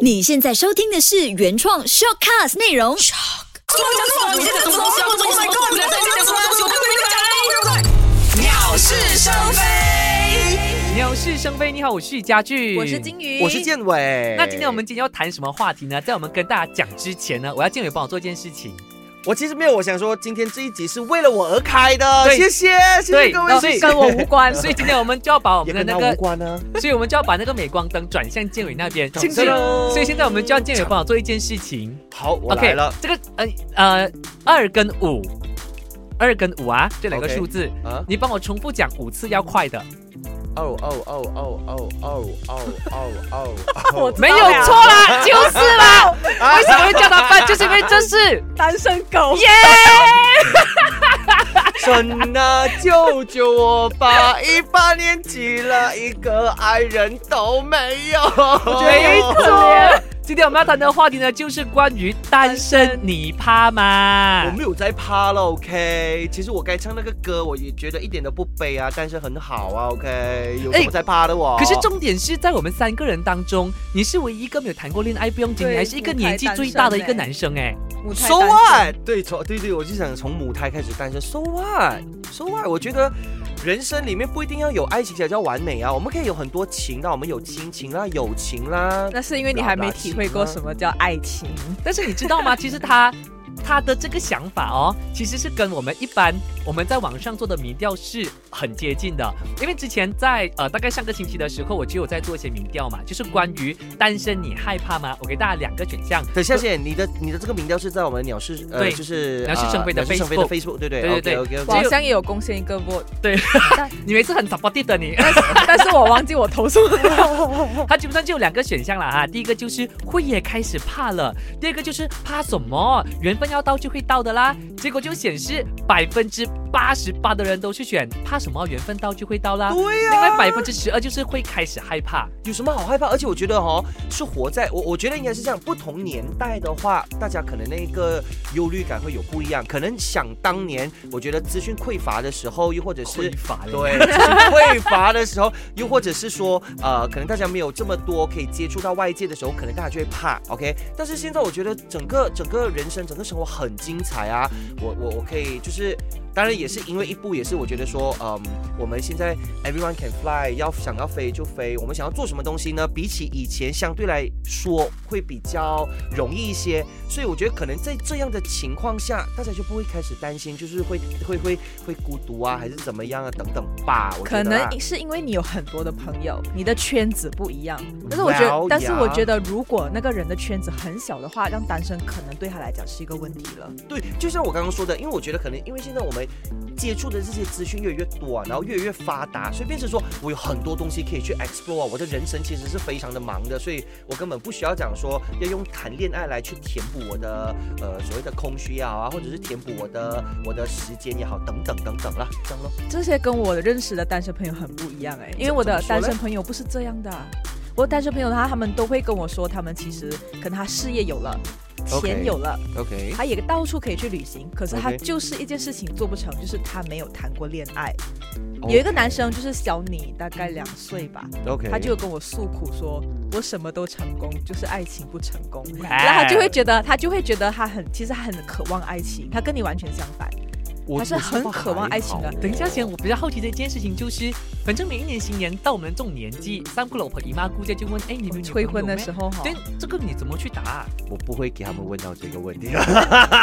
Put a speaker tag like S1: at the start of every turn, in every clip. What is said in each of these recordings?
S1: 你现在收听的是原创 shortcast 内容。
S2: 什么讲什么？你在讲什么东西啊？我 Oh my god！你在讲什么东西？我不明白。鸟是生非。
S3: 鸟是生非，你好，我是家具，
S4: 我是金鱼，
S5: 我是建伟。
S3: 那今天我们今天要谈什么话题呢？在我们跟大家讲之前呢，我要建伟帮我做一件事情。
S5: 我其实没有，我想说今天这一集是为了我而开的，
S3: 对
S5: 谢谢，谢
S3: 对
S5: 谢各
S3: 然
S5: 位，
S3: 后所以
S5: 谢
S4: 跟
S5: 谢。
S4: 我无关，
S3: 所以今天我们就要把我
S5: 也
S3: 们的
S5: 跟他
S3: 那
S5: 无
S3: 个，
S5: 关呢。
S3: 所以我们就要把那个镁光灯转向建伟那边。
S5: 掌声
S3: 所以
S5: 哦
S3: 所以现在我们就要建伟帮我做一件事情。
S5: 好，我来了。
S3: 这个呃呃二跟五，二跟五啊，这两个
S5: OK
S3: 数字
S5: 啊，
S3: 你帮我重复讲五次，要快的。
S5: 哦哦哦哦哦哦哦哦
S4: 我
S5: 哦！
S4: 知道
S3: 没有
S4: 了
S3: 错啦，就是啦。为什么会叫他翻？就是因为这是
S4: 单身狗。
S3: 耶。
S5: 神啊，救救我吧！一八年级了，一个爱人都没有。
S3: 没错。今天我们要谈的话题呢，就是关于单身，你怕
S5: 我
S3: 吗？
S5: 没有在趴了，OK。其实我该唱那个歌，我也觉得一点都不悲啊，但是很好啊，OK。有什么在趴的我？
S3: 哎可是重点是在我们三个人当中，你是唯一一个没有谈过恋爱，不用紧，你还是一个年纪最大的一个男生哎。
S4: 母胎
S5: So
S4: 单身
S5: what？对，从对对，我就想从母胎开始诞生。So what？So what？我觉得人生里面不一定要有爱情才叫完美啊，我们可以有很多情啦，我们有亲情啦，友情啦。
S4: 那是因为你还没体会过什么叫爱情。
S3: 但是你知道吗？其实他他的这个想法哦，其实是跟我们一般我们在网上做的民调是很接近的。因为之前在呃大概上个星期的时候，我就有在做一些民调嘛，就是关于单身你害怕吗？我给大家两个选项，
S5: 等下先，你的你的这个民调是在我们鸟市呃，
S3: 对
S5: 就是
S3: 鸟事
S5: 呃
S3: 成飞的
S5: 鸟事成飞
S3: Facebook
S5: 的 Facebook，对对
S3: 对对对
S5: OK OK
S4: 我好
S5: OK。
S4: 像也有贡献一个 vote，
S3: 你们是很 supportive 的你。
S4: 但是 但是我忘记我投什么 了。
S3: 它基本上就有两个选项了哈，第一个就是会也开始怕了，第二个就是怕什么，缘分要到就会到的啦。结果就显示百分之八十八的人都是选怕什么，缘分到就会到啦。
S5: 对呀、
S3: 另外百分之十二就是会开始害怕，
S5: 有什么好害怕？而且我觉得哦，是活在我我觉得应该是这样，不同年代的话，大家可能那个忧虑感会有不一样。可能想当年，我觉得资讯匮乏的时候，又或者是
S3: 匮乏了
S5: 对，就是匮乏的时候，又或者是说，呃，可能大家没有这么多可以接触到外界的时候，可能大家就会怕，OK。但是现在我觉得整个整个人生整个生活很精彩啊，我我我可以就是，当然也是因为一部也是我觉得说，嗯，我们现在 everyone can fly，要想要飞就飞，我们想要做什么东西呢？比起以前相对来说会比较容易一些，所以我觉得可能在这样的情况下，大家就不会开始担心，就是会会会会孤独啊，还是怎么样啊，等等吧。我
S4: 可
S5: 觉得啦
S4: 能是因为你有很多的朋友，你的圈子不一样。
S5: 嗯
S4: 但是我觉得
S5: Well,
S4: 但是我
S5: yeah
S4: 觉得如果那个人的圈子很小的话，让单身可能对他来讲是一个问题了。
S5: 对，就像我刚刚说的，因为我觉得可能因为现在我们接触的这些资讯越来越多、啊，然后越来越发达，所以变成说我有很多东西可以去 explore 啊、我的人生其实是非常的忙的，所以我根本不需要讲说要用谈恋爱来去填补我的呃所谓的空虚也好啊，或者是填补我的我的时间也好，等等等等啦，这样咯。
S4: 这些跟我认识的单身朋友很不一样哎、因为我的单身朋友不是这样的啊、我的单身朋友的话，他们都会跟我说，他们其实可能他事业有了。
S5: OK
S4: 钱有了
S5: OK，
S4: 他也到处可以去旅行，可是他
S5: OK
S4: 就是一件事情做不成，就是他没有谈过恋爱。有一个男生就是小你大概两岁吧，
S5: 哦 OK，
S4: 他就跟我诉苦说，我什么都成功，就是爱情不成功。然
S3: 然
S4: 后他就会觉得，他就会觉得他很，其实他很渴望爱情，他跟你完全相反。
S5: 我
S4: 他是很渴望爱
S5: 哦
S4: 情的
S3: 等一下先，我比较好奇的一件事情就是，反正每一年新年到我们这种年纪，三姑六婆姨妈姑姐就问，哎，你们有
S4: 催婚的
S3: 女
S4: 时候哈
S3: 朋，友没，对这个你怎么去答啊？
S5: 我不会给他们问到这个问题。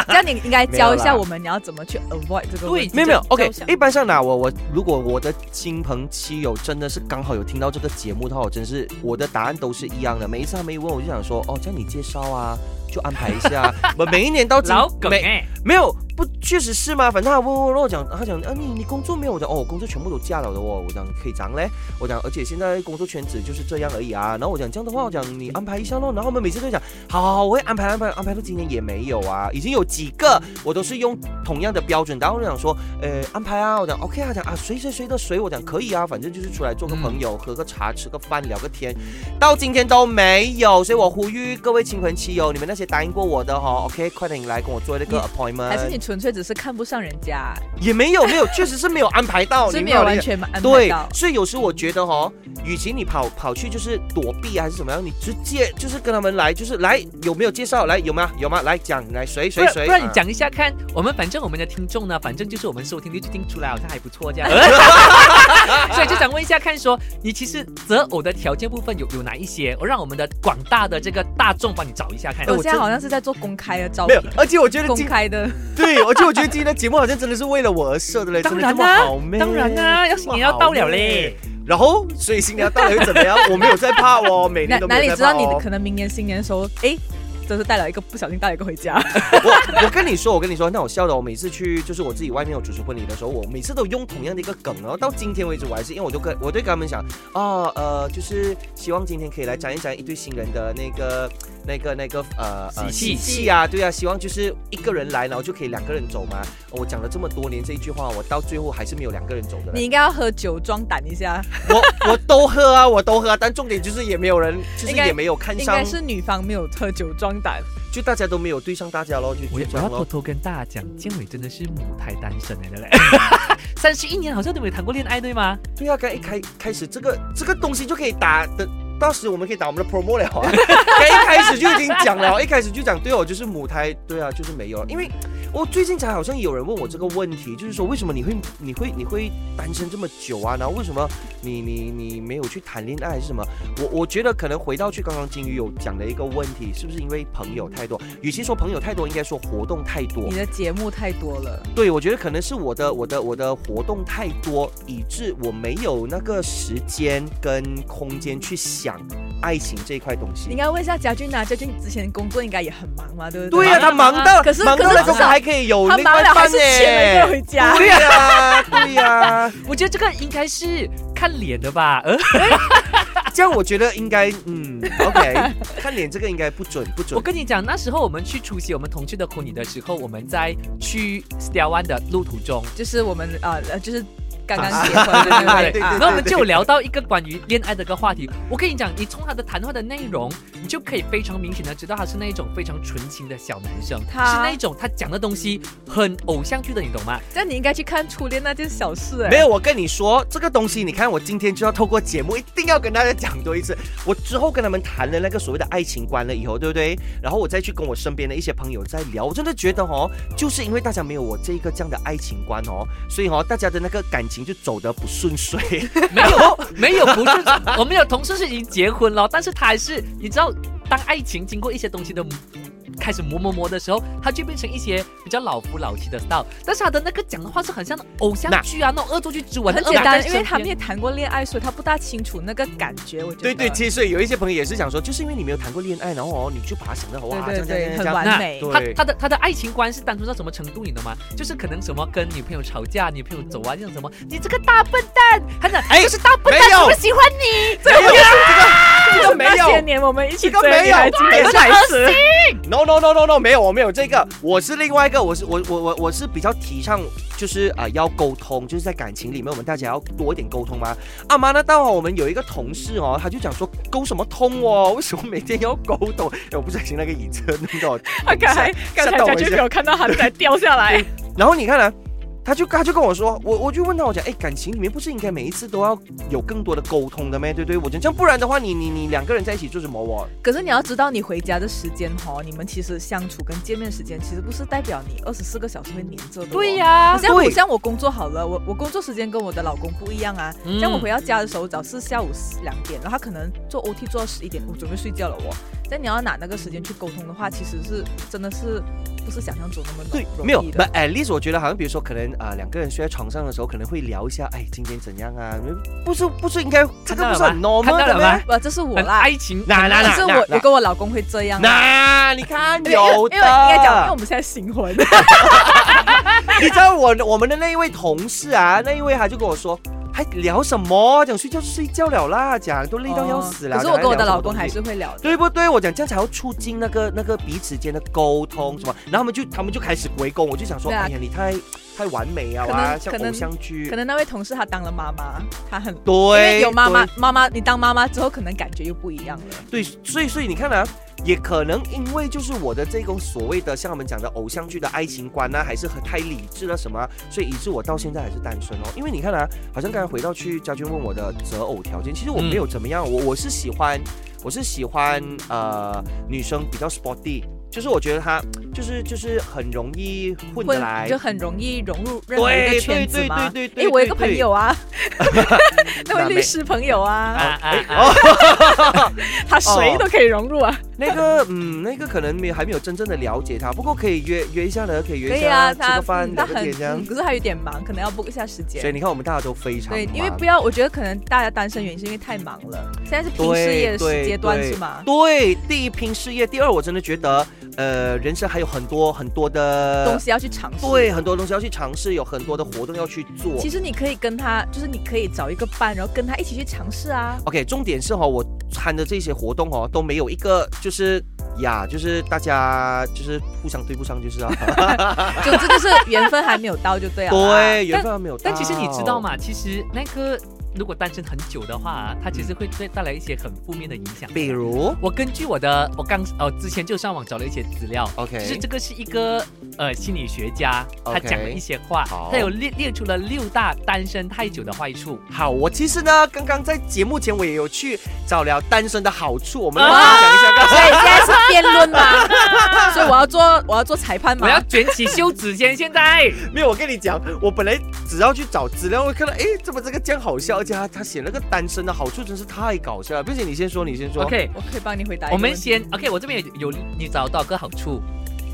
S4: 这样你应该
S5: 没有
S4: 教一下
S5: 啦
S4: 我们，你要怎么去 avoid 这个
S3: 对
S4: 问题。
S5: 没有没有
S4: 就
S5: ，OK
S4: 就。想
S5: 一般上哪我我如果我的亲朋戚友真的是刚好有听到这个节目的话，我真是我的答案都是一样的。每一次他们一问，我就想说，哦，叫你介绍啊，就安排一下。 我每一年到今
S3: 老梗
S5: 每
S3: 哎，
S5: 没有不确实是吗？反正他问问问我讲，他讲啊你你工作没有？我讲哦，我工作全部都嫁了的哦。我讲可以讲嘞，我讲而且现在工作圈子就是这样而已啊。然后我讲这样的话，我讲你安排一下咯。然后我们每次都讲好好好，我会安排安排安排到今天也没有啊，已经有几个我都是用同样的标准。然后我就想说，呃，安排啊，我讲 OK 啊，讲啊谁谁谁的谁，我讲可以啊，反正就是出来做个朋友，喝个茶，吃个饭，聊个天，到今天都没有，所以我呼吁各位亲朋戚友，你们那些答应过我的哈、哦、，OK，快点来跟我做那个 appointment，
S4: 还是你纯粹只是看不上人家，
S5: 也没有没有，确实是没有安排到，
S4: 是
S5: 哦你
S4: 没有
S5: 明白我的
S4: 完
S5: 意思
S4: 全安排
S5: 对
S4: 到，。
S5: 所以有时我觉得哈、与其你跑跑去就是躲避啊还是怎么样，你直接就是跟他们来，就是来有没有介绍？来有吗？有吗？来讲来谁
S3: 不
S5: 谁
S3: 然
S5: 谁？
S3: 不然你
S5: 啊
S3: 讲一下看，我们反正我们的听众呢，反正就是我们收听率就听出来好像还不错这 样，所以就想问一下看说，你其实择偶的条件部分有有哪一些？我让我们的广大的这个大众帮你找一下看。
S4: 我现在好像是在做公开的招
S5: 哎啊没
S4: 聘
S5: 有，，而且我觉得
S4: 公
S5: 今
S4: 开的。
S5: 对，而且我觉得今天的节目好像真的是为了我而设的嘞，
S3: 当
S5: 真的
S3: 然
S5: 这么
S4: 啊
S3: 啦、
S5: 好咩
S3: 当然啦、要
S5: 这
S3: 新
S5: 么
S3: 年要
S5: 好
S3: 到了
S5: 咩
S3: 嘞。
S5: 然后，所以新年要到了又怎么样？我没有在怕哦，每
S4: 哪
S5: 年都没
S4: 哪
S5: 有
S4: 里
S5: 在
S4: 知
S5: 怕
S4: 道你
S5: 哦
S4: 可能明年新年的时候，哎，真是带了一个不小心带了一个回家。
S5: 我我跟你说，我跟你说，那我笑的，我每次去就是我自己外面有主持婚礼的时候，我每次都用同样的一个梗，然后到今天为止，我还是因为我就跟我对跟他们讲，哦呃，就是希望今天可以来讲一讲一对新人的那个 那个那个呃呃
S3: 喜气
S5: 气啊，对啊，希望就是一个人来，然后就可以两个人走嘛。我讲了这么多年这一句话，我到最后还是没有两个人走的嘞。
S4: 你应该要喝酒壮胆一下，
S5: 我我都喝啊，我都喝啊，但重点就是也没有人，就是
S4: 应该
S5: 也没有看
S4: 应
S5: 上
S4: 该，是女方没有喝酒壮胆。
S5: 就大家都没有对上大家咯，就
S3: 我
S5: 就
S3: 我
S5: 这
S3: 要
S5: 样
S3: 偷
S5: 咯。
S3: 偷跟大家讲，建伟真的是母胎单身来的嘞， 三十一年好像都没有谈过恋爱，对吗？
S5: 对啊，刚一
S3: 嗯
S5: 开开始这个这个东西就可以打的。到时我们可以打我们的 promo 了 啊！刚一开始就已经讲了，一开始就讲，对哦，就是母胎，对啊，就是没有，因为我最近才好像有人问我这个问题，就是说为什么你会你会你会单身这么久啊？然后为什么你你你没有去谈恋爱还是什么？我我觉得可能回到去刚刚金鱼有讲的一个问题，是不是因为朋友太多？与其说朋友太多，应该说活动太多
S4: 你。的节目太多了，
S5: 对，我觉得可能是我的我的我的活动太多，以致我没有那个时间跟空间去想爱情这一块东
S4: 你应
S5: 西。
S4: 该问一下家俊啊，家俊之前工作应该也很忙嘛，对不
S5: 对呀、他忙到
S4: 可是
S5: 忙到
S4: 可是
S5: 那个
S4: 至少
S5: 还可以有
S4: 他
S5: 另
S4: 忙
S5: 外一
S4: 了还
S5: 半
S4: 是请了一个人
S5: 呢。
S4: 回家。
S5: 对呀、对呀、
S3: 我觉得这个应该是看脸的吧，呃，
S5: 这样我觉得应该嗯，OK，看 脸这个应该不准不
S3: 我
S5: 准。
S3: 跟你讲，那时候我们去出席我们同事的婚礼的时候，我们在去 s t a r 湾的路途中，
S4: 就是我们啊呃，就是刚刚结婚的那
S5: 对
S4: 位
S5: 对
S4: 啊
S3: 然后我们就有聊到一个关于恋爱的一个话题。我跟你讲，你从他的谈话的内容，你就可以非常明显的知道他是那一种非常纯情的小男生，
S4: 他
S3: 是那一种他讲的东西很偶像剧的，你懂吗？
S4: 这样你应该去看《初恋那件小事》哎，
S5: 没有，我跟你说这个东西，你看我今天就要透过节目，一定要跟大家讲多一次。我之后跟他们谈了那个所谓的爱情观了以后，对不对？然后我再去跟我身边的一些朋友在聊，我真的觉得哦，就是因为大家没有我这一个这样的爱情观哦，所以哦，大家的那个感情就走得不顺遂。
S3: 没有，没有，不是，我们有同事是已经结婚了，但是他还是，你知道，当爱情经过一些东西的开始磨磨磨的时候，他就变成一些比较老夫老妻的 style，但是他的那个讲的话是很像偶像剧啊，那种恶作剧之吻，
S4: 很
S3: 那种
S4: 简
S3: 恶霸
S4: 单，
S3: 在
S4: 因为
S3: 身
S4: 他们
S3: 边
S4: 也谈过恋爱，所以他不大清楚那个感觉。我觉得
S5: 对对，其实有一些朋友也是想说，就是因为你没有谈过恋爱，然后哦，你就把它想的哇，这样
S4: 对对
S5: 这样
S4: 对，
S5: 这
S4: 很
S5: 样
S4: 完美。
S5: 对
S3: 他他的他的爱情观是单纯到什么程度，你懂吗？就是可能什么跟女朋友吵架，女朋友走啊，那种什么，你这个大笨蛋，他讲哎，就是大笨
S5: 没
S3: 蛋，
S5: 有
S3: 我不喜欢你，
S5: 这样，没有这个这个没
S4: 那些
S5: 有。
S4: 年我们一起
S5: 这个
S4: 追的
S5: 没有
S4: 女孩经典
S5: 这个
S4: 台词，
S5: No no no no no，没有，我没有这个，我是另外一个，我是我我我我是比较提倡就是啊、呃要沟通，就是在感情里面我们大家要多一点沟通嘛。啊妈，那到我们有一个同事哦，他就讲说沟什么通哦，为 什么每天要沟通？哎，我不小心那个椅子弄到我
S4: 他刚才
S5: 吓
S4: 刚才
S5: 到我
S4: 才
S5: 一
S4: 就
S5: 下
S4: 没有看到他在掉下来。
S5: 然后你看啊，他就他就跟我说，我我就问他，我讲，哎，感情里面不是应该每一次都要有更多的沟通的咩？对不对，我讲这样，不然的话，你你你两个人在一起做什么哦？
S4: 可是你要知道，你回家的时间哦，你们其实相处跟见面时间，其实不是代表你二十四个小时会黏着的、哦
S3: 对、呀、
S4: 好像
S5: 对
S4: 我像我工作好了，我我工作时间跟我的老公不一样啊。
S3: 嗯
S4: 像我回到家的时候，早是下午两点，然后他可能做 OT 做到十一点，我准备睡觉了我。但你要拿那个时间去沟通的话，其实是真的是不是想象中那么
S5: 对，
S4: 容
S5: 没有
S4: 易的
S5: ，but at least 我觉得好像比如说可能啊、呃两个人睡在床上的时候，可能会聊一下，哎，今天怎样啊？不是不是应该这
S3: 看
S5: 个
S3: 到
S5: 不
S3: 了
S5: 是
S3: 吗
S5: 很
S3: 看
S5: normal
S3: 到
S5: 的
S3: 了吗
S5: 吗？？
S4: 不，这是我
S3: 很
S4: 啦。
S3: 爱情，
S5: 哪哪
S4: 可是
S5: 哪
S4: 我我
S5: 哪
S4: 跟我老公会这样啊。
S5: 那你看
S4: 因为因为
S5: 有
S4: 因为应该讲，因为
S5: 的
S4: 我，们现在 新婚，
S5: 你知道我我们的那一位同事啊，那一位他就跟我说。还聊什么？讲睡觉就睡觉了啦，讲都累到要死了。
S4: 哦可是
S5: 讲
S4: 我跟我
S5: 聊
S4: 的
S5: 什么
S4: 老公
S5: 东西
S4: 还是会聊的。
S5: 对不对？我讲这样才要促进那个那个彼此间的沟通，什么？然后他们就他们就开始围攻，我就想说，
S4: 对啊
S5: 哎呀，你太太完美啊，
S4: 可能
S5: 哇，像
S4: 可能
S5: 偶像剧
S4: 可。能那位同事她当了妈妈，她很因
S5: 对，
S4: 为有妈
S5: 对
S4: 妈，妈妈你当妈妈之后可能感觉又不一样了。
S5: 对，所以所以你看啊，也可能因为就是我的这种所谓的像我们讲的偶像剧的爱情观呢、还是很太理智了什么啊、所以以致我到现在还是单身哦。因为你看啊，好像刚才回到去家军问我的择偶条件，其实我
S3: 嗯
S5: 没有怎么样，我我是喜欢。我是喜欢呃女生比较 sporty，就是我觉得她就是就是很容易混得
S4: 会
S5: 来，
S4: 就很容易融入任何一个
S5: 对对
S4: 圈
S5: 对
S4: 子
S5: 对
S4: 嘛。
S5: 对对。
S4: 诶，我有一个
S5: 对
S4: 朋，友啊，那
S5: 哪
S4: 位
S5: 位
S4: 律师朋 友啊，
S3: 啊啊啊！
S4: 他谁都可以融入啊。
S5: 对那个嗯，那个可能没有还没有真正的了解她，不过可以约约一下的，可以约
S4: 可
S5: 一
S4: 以
S5: 下、
S4: 啊，
S5: 吃
S4: 他
S5: 个饭
S4: 嗯他
S5: 聊个
S4: 很，
S5: 天这样
S4: 嗯。可是他有点忙，可能要 book 一下时间
S5: 所以。你看，我们大家都非常
S4: 对，因为
S5: 忙
S4: 不要，我觉得可能大家单身原因是因为太忙了，现在是拼事业的时阶段是吗？
S5: 对，第一拼事业，第二我真的觉得，呃，人生还有很多很多的
S4: 东西要去尝试。
S5: 对，很多东西要去尝试，有很多的活动要去做。
S4: 其实你可以跟他，就是你可以找一个伴，然后跟他一起去尝试啊。
S5: OK，重点是哈、我参的这些活动哦，都没有一个就是呀，就是大家就是互相对不上，就是啊，
S4: 总之就是缘分 还没有啊到就对 了。
S5: 对，缘分还没有到
S3: 但其实你知
S5: 哦
S3: 道？吗？其实那个如果单身很久的话啊，它其实会带带来一些很负面的影响。
S5: 比如
S3: 我根据我的，我刚呃之前就上网找了一些资料。
S5: OK，
S3: 就是这个是一个呃心理学家，他
S5: OK
S3: 讲了一些话
S5: 好
S3: 他有列列出了六大单身太久的坏处。
S5: 好，我其实呢，刚刚在节目前我也有去找了单身的好处，我们来
S3: 啊
S5: 讲一下刚
S4: 所
S5: 才。
S4: 以哎现在是辩论嘛，所以我要做我要做裁判
S5: 嗯
S4: 嘛
S3: 我。要卷起袖子先，现在
S5: 没有，我跟你讲，我本来只要去找资料，我看到诶，哎怎么这个这样好笑？而且他他写那个单身的好处真是太搞笑了。并且你先 说，你先说哎
S3: OK。
S4: 我可以帮你回答一个
S3: 我
S4: 问
S3: 们
S4: 题。
S3: 先 OK，我这边有有你找到个好处，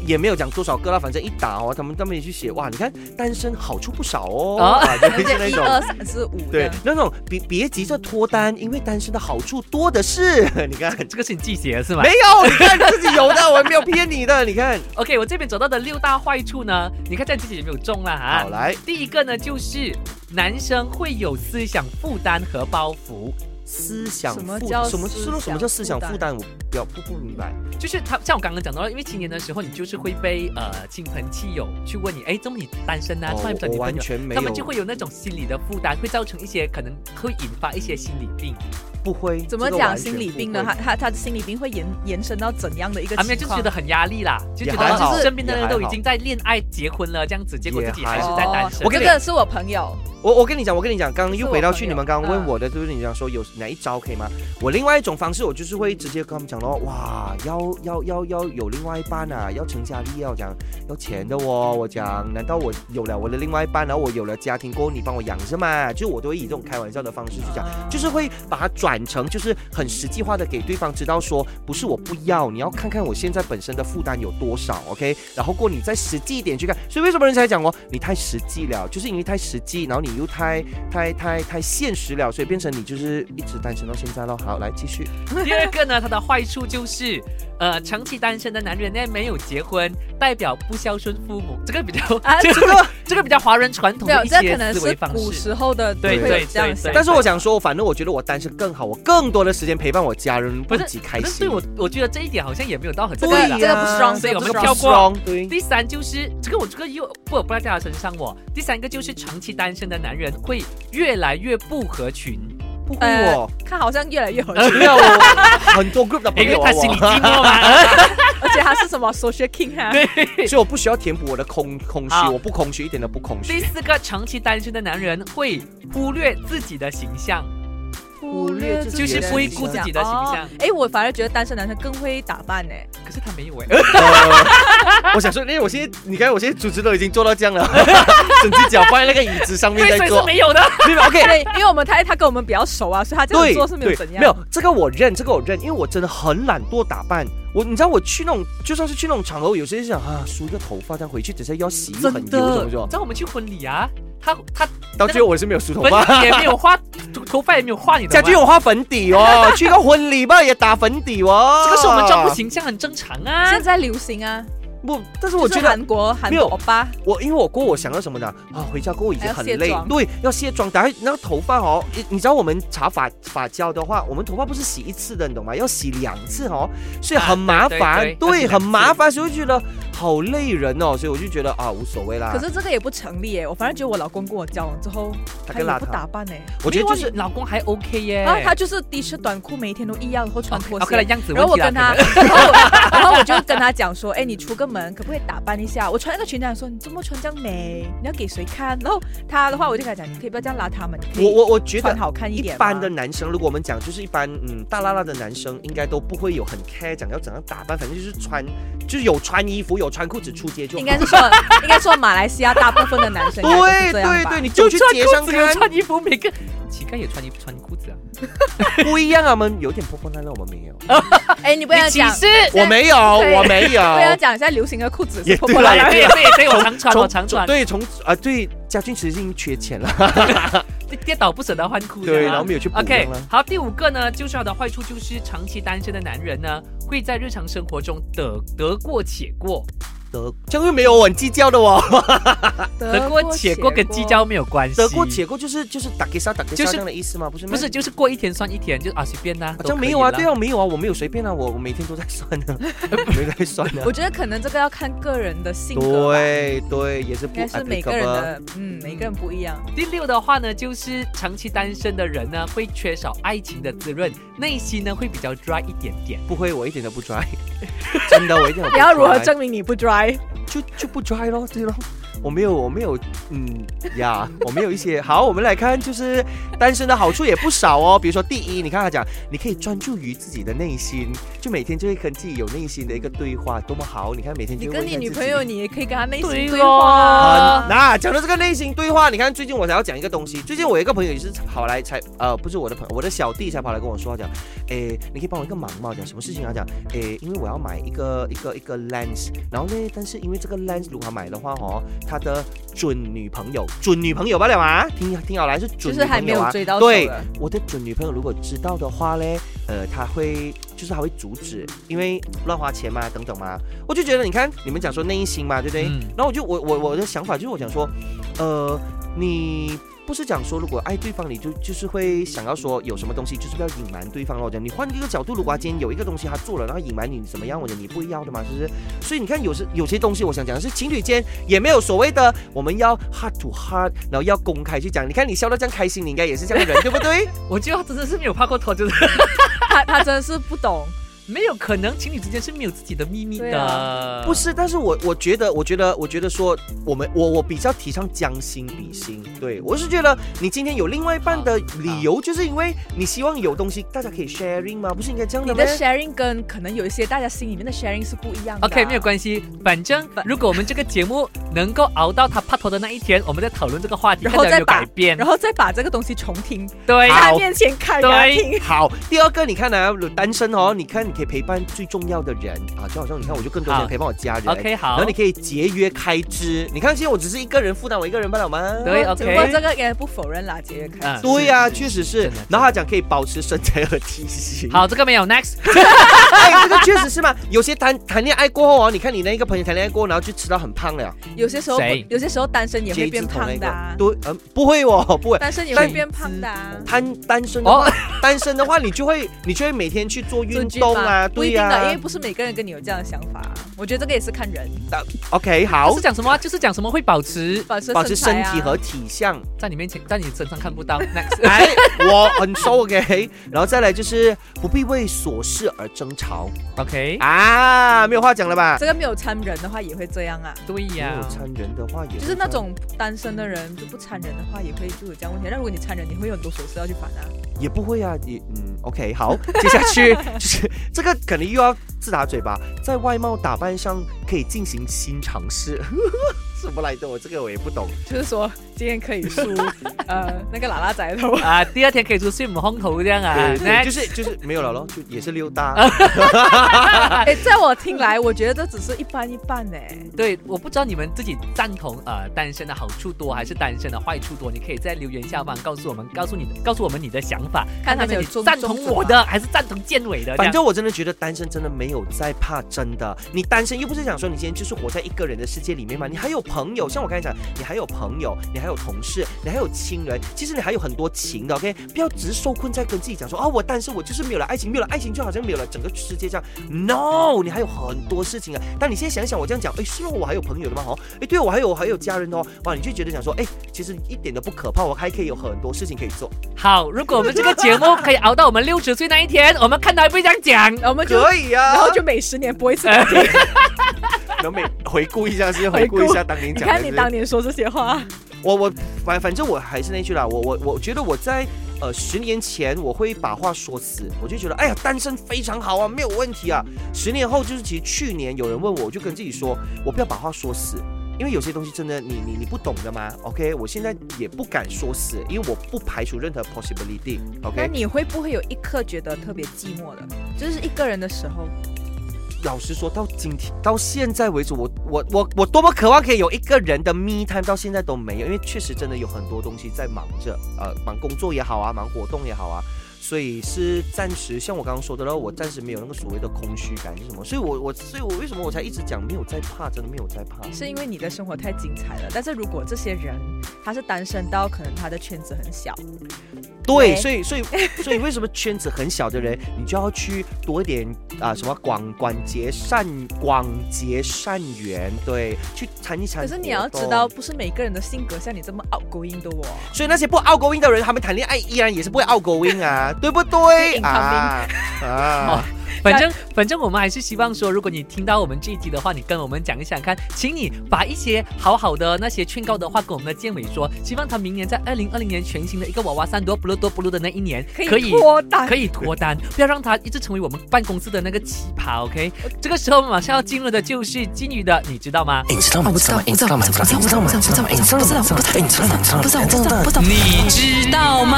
S5: 也没有讲多少个啦，反正一打哦，他们他们也去写哇，你看单身好处不少哦，
S3: 哦
S5: 啊，就是
S4: 就
S5: 那
S4: 一
S5: 种。
S4: 二三四五这
S5: 对
S4: 样，，
S5: 那种别别急着脱单，因为单身的好处多的是。你 看，
S3: 这个是你自己写的是吗
S5: 没有，你看自己有的，我没有骗你的。你看，
S3: ？OK，我这边找到的六大坏处呢，你看这样自己有没有中了哈？
S5: 好来，
S3: 第一个呢，就是男生会有思想负担和包袱，
S5: 思想
S4: 什
S5: 负
S4: 么叫
S5: 什么
S4: 思
S5: 什么什么
S4: 想
S5: 叫思想
S4: 负
S5: 负担？我比较不不明白。
S3: 就是他像我刚刚讲到了，因为青年的时候，你就是会被呃亲朋戚友去问你，哎，怎么你单身啊？
S5: 哦
S3: 突然找
S5: 我
S3: 女朋
S5: 完
S3: 友，
S5: 全没
S3: 他们
S5: 有，
S3: 就会有那种心理的负担，会造成一些可能会引发一些心理病
S5: 不会。
S4: 怎么
S5: 这个完
S4: 讲
S5: 全
S4: 心理病
S5: 不
S4: 呢？
S5: 会
S4: 他他他的心理病会延延伸到怎样的一个
S3: 啊，
S4: 情
S3: 没有，
S4: 况？
S3: 就是觉得很压力啦，就觉
S5: 也还
S3: 得
S5: 好
S3: 就是身边的
S5: 也
S3: 人
S5: 还
S3: 都已
S5: 好
S3: 经在恋爱、结婚了，这样子，结果
S5: 也
S3: 自己还是
S5: 还
S3: 在单身。
S5: 我跟你
S4: 这个是哦我朋友，
S5: 我我跟你讲，我跟你讲，刚刚
S4: 这是
S5: 又
S4: 我
S5: 回到
S4: 朋
S5: 去
S4: 友
S5: 你们刚刚问
S4: 嗯
S5: 我的，就是你讲说有哪一招可以吗？我另外一种方式，我就是会直接跟他们讲咯，哇，要要要要有另外一半啊，要成家立业，我讲要钱的哦，我讲，难道我有了我的另外一半，然后我有了家庭过后，你帮我养是吗？就我都会以这种开玩笑的方式去讲，
S4: 啊
S5: 就是会把它转成就是很实际化的给对方知道说，不是我不要，你要看看我现在本身的负担有多少，OK？然后过你再实际一点去看。所以为什么人家讲哦，你太实际了，就是因为太实际，然后你又太太太太现实了，所以变成你就是一直单身到现在咯。好，来继续。
S3: 第二个呢，它的坏处就是，呃，长期单身的男人呢没有结婚，代表不孝顺父母，这个比较，
S4: 啊
S3: 这个这个比较华人传统
S4: 没有，
S3: 的一
S4: 这可
S3: 些
S4: 能
S3: 思
S4: 是
S3: 维方
S4: 古
S3: 式。
S4: 时候的
S3: 对
S4: 会有
S3: 对
S4: 这样
S3: 对
S4: 想
S3: 对
S5: 但是我想说，反正我觉得我单身更好，我更多的时间陪伴我家人，
S3: 不
S5: 一
S3: 是
S5: 起开
S3: 可是
S5: 心。
S3: 对我，我觉得这一点好像也没有到很
S4: 这
S3: 对
S4: 个
S3: 啦
S4: 这个不
S5: 呀
S4: strong，
S3: 所以我们
S4: 这个不
S3: 跳
S4: strong
S3: 过。
S5: 对。
S3: 第三就是这个我这个又不不在大家身上哦。第三个就是长期单身的男人会越来越不合群，
S5: 不 会
S4: 呃
S5: 哦，
S4: 看好像越来越 合
S5: 没有很多 group 的朋
S3: 因为
S5: 友啊
S3: 他心里
S5: 我
S3: 寂寞嘛。
S4: 而且他是什么 social king 啊？
S5: 所以我不需要填补我的空空虚
S3: 好，
S5: 我不空虚，一点都不空
S3: 第
S5: 虚。
S3: 四个，长期单身的男人会忽略自己的形象，
S5: 忽略自
S3: 就
S5: 己
S3: 是
S5: 的
S3: 不会
S5: 形
S3: 顾自
S5: 象
S3: 己的形象。
S4: 哎、我反而觉得单身男生更会打扮呢、
S3: 可是他没有哎、
S5: 呃 我想说，因为我现在，你看我现在组织都已经做到这样了， 整只脚放在那个椅子上 面
S3: 对，所
S5: 在
S3: 以是
S5: 做。
S3: 没有 的。
S5: 明白 OK，
S4: 对，因为我们他他跟我们比较熟啊，所以他这样
S5: 对
S4: 做是没有
S5: 对
S4: 怎样。
S5: 没有这个我认，这个我认，因为我真的很懒惰打扮。我你知道我去那种，就算是去那种场合，我有时候就想啊，梳一个头发，再回去，等下又要洗，又很油，怎么
S3: 你
S5: 说
S3: 知？道我们去婚礼啊，他他
S5: 到最后我是没有梳头
S3: 婚
S5: 发。
S3: 礼也没有画，头头发也没有画，你知道
S5: 家啊
S3: 吗
S5: 俊，我画粉底哦， 去个婚礼吧也打粉底哦。
S3: 这个是我们照顾形象很正常啊
S4: 现。在流行啊，
S5: 不，但是
S4: 我
S5: 我觉得
S4: 韩国韩
S5: 没有
S4: 国欧巴，
S5: 我因为我过后我想到什么呢？啊，回家过后已经很
S4: 还要
S5: 累
S4: 卸，妆
S5: 对，要卸妆，打那个头发哦，你你知道我们擦发发胶的话，我们头发不是
S4: 啊
S5: 洗一次的，你懂吗？要洗两次哦，所以很麻
S3: 对
S5: 烦，
S3: 对对要洗两次
S5: 很麻烦，所以就觉得好累人哦，所以我就觉得啊无所谓啦。
S4: 可是这个也不成立耶，我反而觉得我老公跟我交往之
S3: 啊
S4: 后，
S5: 他
S4: 他
S5: 更
S4: 也
S5: 邋
S4: 不
S5: 遢
S4: 打扮哎，
S5: 我觉得就是
S3: 没有
S5: 啊
S3: 啊你老公还 OK 耶，
S4: 然后他就是 T 恤短裤每一天都一样，然后穿
S3: OK
S4: 拖
S3: OK
S4: 鞋
S3: 了，。样子问题啦
S4: 然后我跟他，
S3: 可能
S4: 然后我然后我就跟他讲说，哎，你出个门可不可以打扮一下？我穿那个裙子，他说你这么穿这样美，你要给谁看？然后他的话，我就跟他讲，你可以不要这样邋遢嘛，你可以
S5: 我我我觉得
S4: 穿好看一
S5: 一
S4: 点嘛。
S5: 般的男生，如果我们讲就是一般，嗯，大拉拉的男生应该都不会有很 care 讲要怎样打扮，反正就是穿，就是有穿衣服、有穿裤子出街就好。
S4: 应该是说， 应该说马来西亚大部分的男生应该都
S5: 对
S4: 是这样
S5: 对
S4: 吧
S5: 对，你就
S3: 有
S5: 去
S3: 穿
S5: 街
S3: 裤
S5: 上
S3: 子有
S5: 看，
S3: 穿衣服，每个乞丐也穿衣服穿裤子啊，
S5: 不一样啊。我们有点破破烂烂，我们没有，
S4: 哎，你不要
S3: 歧
S4: 讲，
S3: 视。
S5: 呃我没有，
S4: 对
S5: 我没 有。
S4: 不要讲一下流行的裤子
S5: 也
S4: 是破
S5: 对
S4: 破
S5: 啦
S4: 烂
S5: 也
S4: 烂。
S3: 对对对，我常 穿，我常穿，
S5: 对，从啊对，家俊其实已经缺钱了，
S3: 跌倒不舍得换裤子啊。
S5: 对，然后没有去补
S3: OK，
S5: 了。
S3: 好，第五个呢，就是它的坏处就是长期单身的男人呢，会在日常生活中得得过且过，
S5: 得这样又没有我很计较的哦，
S3: 得过且过跟计较没有关系。
S5: 得过且过就是就是打给杀打给
S3: 就
S5: 杀
S3: 是
S5: 这样的意思吗？不是吗
S3: 不是，就是过一天算一天，就啊随便啦、
S5: 好
S3: 都
S5: 像
S3: 可
S5: 没
S3: 以
S5: 有啊，
S3: 啦
S5: 对啊，没有啊，我没有随便啊，我我每天都在算啊 呢，没在算呢
S4: 我。觉得可能这个要看个人的性格吧，
S5: 对对，也是
S4: 应
S5: 不
S4: 该是每个人
S5: applicable
S4: 的，嗯，每个人不一样。
S3: 第六的话呢，就是长期单身的人呢，会缺少爱情的滋润，内心呢会比较 dry 一点点。
S5: 不会，我一点都不 dry，真的，我一点都不 dry。
S4: 你要如何证明你不 dry？
S5: 就就不 dry 咯，对咯。我没有，我没有，嗯呀，我没有一些 好。我们来看，就是单身的好处也不少哦。比如说，第一，你看他讲，你可以专注于自己的内心，就每天就会跟自己有内心的一个对话，多么好！你看每天就
S4: 你
S5: 会
S4: 跟
S5: 问
S4: 你
S5: 看
S4: 女
S5: 自
S4: 朋
S5: 己
S4: 友，你也可以跟她内
S3: 对
S4: 心对
S3: 咯
S4: 话
S5: 啊，
S4: 啊。
S5: 那、讲到这个内心对话，你看最近我才要讲一个东西。最近我有一个朋友也是跑来才呃，不是我的朋友，我的小弟才跑来跟我说，他讲，诶，你可以帮我一个忙吗？我讲什么事情啊？他讲，诶，因为我要买一个一个一个 lens，然后呢，但是因为这个 lens 如果买的话哦，他的准女朋友，准女朋友罢了嘛，听听好来是
S4: 就
S5: 准女
S4: 是还
S5: 朋
S4: 没
S5: 友
S4: 有
S5: 啊。
S4: 追到手
S5: 对
S4: 的，
S5: 我的准女朋友如果知道的话嘞，呃，她会就是她会阻止，因为乱花钱嘛，等等嘛。我就觉得，你看你们讲说内心嘛，对不对？
S3: 嗯
S5: 然后我就我我我的想法就是我想说，呃，你不是讲说如果爱对方，你就就是会想要说有什么东西就是不要隐瞒对方了。我讲你换一个角度，如果他今天有一个东西他做了，然后隐瞒你，你怎么样？我讲你不会要的嘛，是不是？所以你看有时有些东西，我想讲的是情侣间也没有所谓的我们要 heart to heart，然后要公开去讲。你看你笑到这样开心，你应该也是这样的人，对不对？
S3: 我觉得真的是没有拍过拖，就是
S4: 她她真的是不懂，
S3: 没有可能情侣之间是没有自己的秘密
S4: 对
S3: 的。
S4: 啊
S5: 不
S3: 嗯
S5: 是，但是我我觉得，我觉得，我觉得说，我们我我比较提倡将心比心。对我是觉得，你今天有另外一半的理由，就是因为你希望有东西大家可以 sharing 吗？不是应该这样
S4: 你
S5: 的
S4: 的
S5: 吗？
S4: sharing 跟可能有一些大家心里面的 sharing 是不一样的啊。
S3: OK，没有关系，反正
S4: 反
S3: 如果我们这个节目能够熬到他拍拖的那一天，我们再讨论这个话题，
S4: 然后
S3: 看起来有没有
S4: 再把
S3: 改变
S4: 然。后再把这个东西重听，
S3: 对
S4: 在
S5: 好哎
S4: 她面前看，给她
S3: 哎 对
S4: 听。
S5: 好，第二个你看啊，单身哦，你看你可以陪伴最重要的人啊，就好像你看，我就更多
S3: 好
S5: 人陪伴我家人。
S3: ，OK，
S5: 然
S3: 好
S5: 哎后你，可以节约开支。你看，现在我只是一个人负担我一个人罢了嘛。
S3: 对啊
S4: 只不过
S3: ，OK，
S4: 这个也不否认啦，节约开
S3: 嗯
S4: 支。
S5: 对呀、
S3: 是
S5: 确
S3: 是
S5: 实是
S3: 真的真。的
S5: 然后他讲可以保持身材和体型。
S3: 好，这个没有，Next，
S5: 哎，这个确实是嘛，有些谈谈恋爱过后哦，你看你那一个朋友谈恋爱过后，然后就吃到很胖了，
S4: 有些时候
S3: 谁，
S4: 有些时候单身也
S5: 接
S4: 会
S5: 一
S4: 变
S5: 只头那
S4: 胖
S5: 一
S4: 的啊
S5: 个，，对，嗯，不会哦，不会。
S4: 单身也
S5: 但
S4: 会变胖的啊。
S5: 单单身
S3: 哦
S5: 的话，单身的话，你就会你就会每天去做运动啊，
S4: 不一
S5: 对
S4: 定
S5: 呀、
S4: 的，因为不是每个人跟你有这样的想法啊。我觉得这个也是看人，
S5: OK，好
S3: 是，讲什么啊？就是讲什么会保持
S4: 保持
S5: 保持
S4: 身
S5: 身
S4: 材啊
S5: 体和体相。
S3: 在你面前，在你身上看不到。Next，
S5: 哎，我很瘦 OK，然后再来就是不必为琐事而争吵
S3: OK，
S5: 啊，没有话讲了吧？
S4: 这个没有掺人的话也会这样啊。
S3: 对
S5: 没
S3: 呀
S5: 有，参人的话也
S4: 就是那种单身的人就不掺人的话，也会就有这样问题。那如果你掺人，你会有很多琐事要去烦啊。
S5: 也不会啊，也嗯，OK，好，接下 去就是这个肯定又要自打嘴巴，在外貌打扮上可以进行新尝试， 什么来着？我这个我也不懂。
S4: 就是说今天可以 梳呃那个喇喇仔头，
S3: 啊，第二天可以出孙悟空头这样啊
S5: 对，对，
S3: ，Next，
S5: 就是就是没有了咯，就也是溜达。
S4: 哎，在我听来，我觉得这只是一般一般欸呢、
S3: 对，我不知道你们自己赞同呃单身的好处多还是单身的坏处多，你可以在留言下方告诉我们，告诉你告诉我们你的想法，
S4: 看他
S3: 看
S4: 们有
S3: 你
S4: 中
S3: 赞
S4: 中
S3: 同
S4: 什么
S3: 我的还是赞同建伟的，这
S5: 啊反
S3: 样
S5: 正我真的觉得单身真的没有在怕，真的。你单身又不是想说你今天就是活在一个人的世界里面嘛，你还有朋友，像我刚才讲，你还有朋友，你还有有同事，你还有亲人，其实你还有很多情的，OK？不要只是受困在跟自己讲说啊，我单身，我就是没有了爱情，没有了爱情就好像没有了整个世界这样。No，你还有很多事情啊。但你现在想一想，我这样讲，哎，是哦，我还有朋友的吗？哦，哎，对哦我还有还有家人的哦，哇，你就觉得讲说，哎，其实一点都不可怕，我还可以有很多事情可以做。
S3: 好，如果我们这个节目可以熬到我们六十岁那一天，我们看到也不会这样讲。
S4: 然后我们就，
S5: 可以啊，
S4: 然后就每十年播一 次。
S5: 能每回顾一下，先回顾一下当年
S4: 你
S5: 讲的
S4: 看
S5: 是。
S4: 你当年说这些话，嗯
S5: 我我反反正我还是那句啦，我我我觉得我在呃十年前我会把话说死，我就觉得哎呀单身非常好啊，没有问题啊。十年后就是其实去年有人问我，我就跟自己说，我不要把话说死。因为有些东西真的你你你不懂的嘛，OK，我现在也不敢说死，因为我不排除任何 possibility，OK、
S4: 那你会不会有一刻觉得特别寂寞的？就是一个人的时候，
S5: 老实说，到今天到现在为止，我我我我多么渴望可以有一个人的 me time，到现在都没有，因为确实真的有很多东西在忙着，呃，忙工作也好啊，忙活动也好啊，所以是暂时像我刚刚说的咯，我暂时没有那个所谓的空虚感是什么，所以我我所以我为什么我才一直讲没有在怕，真的没有在怕。
S4: 是因为你的生活太精彩了。但是如果这些人他是单身到可能他的圈子很小，
S5: 对，
S4: 对
S5: 所以所以 所以为什么圈子很小的人，你就要去多一点啊、什么广广结善广结善缘，对，去参一参
S4: 可
S5: 活动。
S4: 是你要知道，不是每个人的性格像你这么 outgoing 的哦。
S5: 所以那些不 outgoing 的人，他们谈恋爱依然也是不会 outgoing 啊，对不对啊？啊，
S3: 反正反正我们还是希望说，如果你听到我们这一集的话，你跟我们讲一讲看，请你把一些好好的那些劝告的话跟我们的建伟说，希望他明年在二零二零年全新的一个娃娃三多不噜多不噜的那一年，
S4: 可以脱单
S3: 可以脱单，不要让他一直成为我们办公室的那个奇葩，OK？这个时候我们马上要进入的就是金鱼的，你知道吗？
S6: 你知道吗？不知道，你知道吗？不知道，不知道，不知道，不知道，不知道，不知道，不知道，不知道，不知道，不知道。
S3: 你知道吗？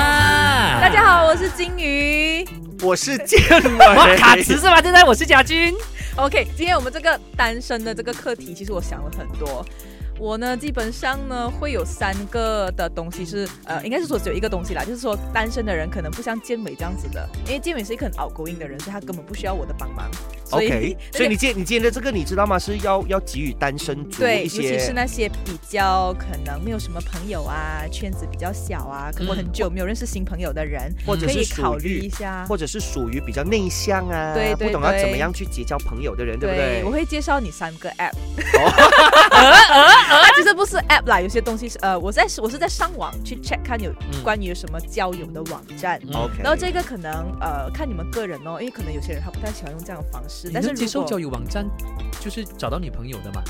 S4: 大家好，我是金鱼。
S5: 我是建
S3: 哇，
S5: 伟，
S3: 卡池是吧？现在我是贾军。
S4: OK，今天我们这个单身的这个课题，其实我想了很多。我呢，基本上呢会有三个的东西是，
S5: 嗯
S4: 呃，应该是说只有一个东西啦，就是说单身的人可能不像健美这样子的，因为健美是一个很 outgoing 的人，所以他根本不需要我的帮忙。所以
S5: OK，所以你今你今天的这个你知道吗？是要要给予单身族
S4: 对，
S5: 一
S4: 尤其是
S5: 些。
S4: 那些比较可能没有什么朋友啊，圈子比较小啊，可能
S3: 嗯
S4: 很久没有认识新朋友的人，
S5: 或者
S4: 可以
S5: 是属
S4: 考虑一
S5: 于，
S4: 下。
S5: 或者是属于比较内向啊，
S4: 对对
S5: 不懂要
S4: 对
S5: 怎么样去结交朋友的人，对不
S4: 对，
S5: 对？哦
S4: 我会介绍你三个 app。它啊其实不是 app 啦，有些东西是呃，我在我是在上网去 check 看有
S3: 嗯
S4: 关于什么交友的网站。
S5: OK，
S4: 然后这个可能呃看你们个人哦，因为可能有些人他不太喜欢用这样的方式，
S3: 你
S4: 但是
S3: 能
S4: 如
S3: 接受交
S4: 果
S3: 友网站就是找到女朋友的嘛？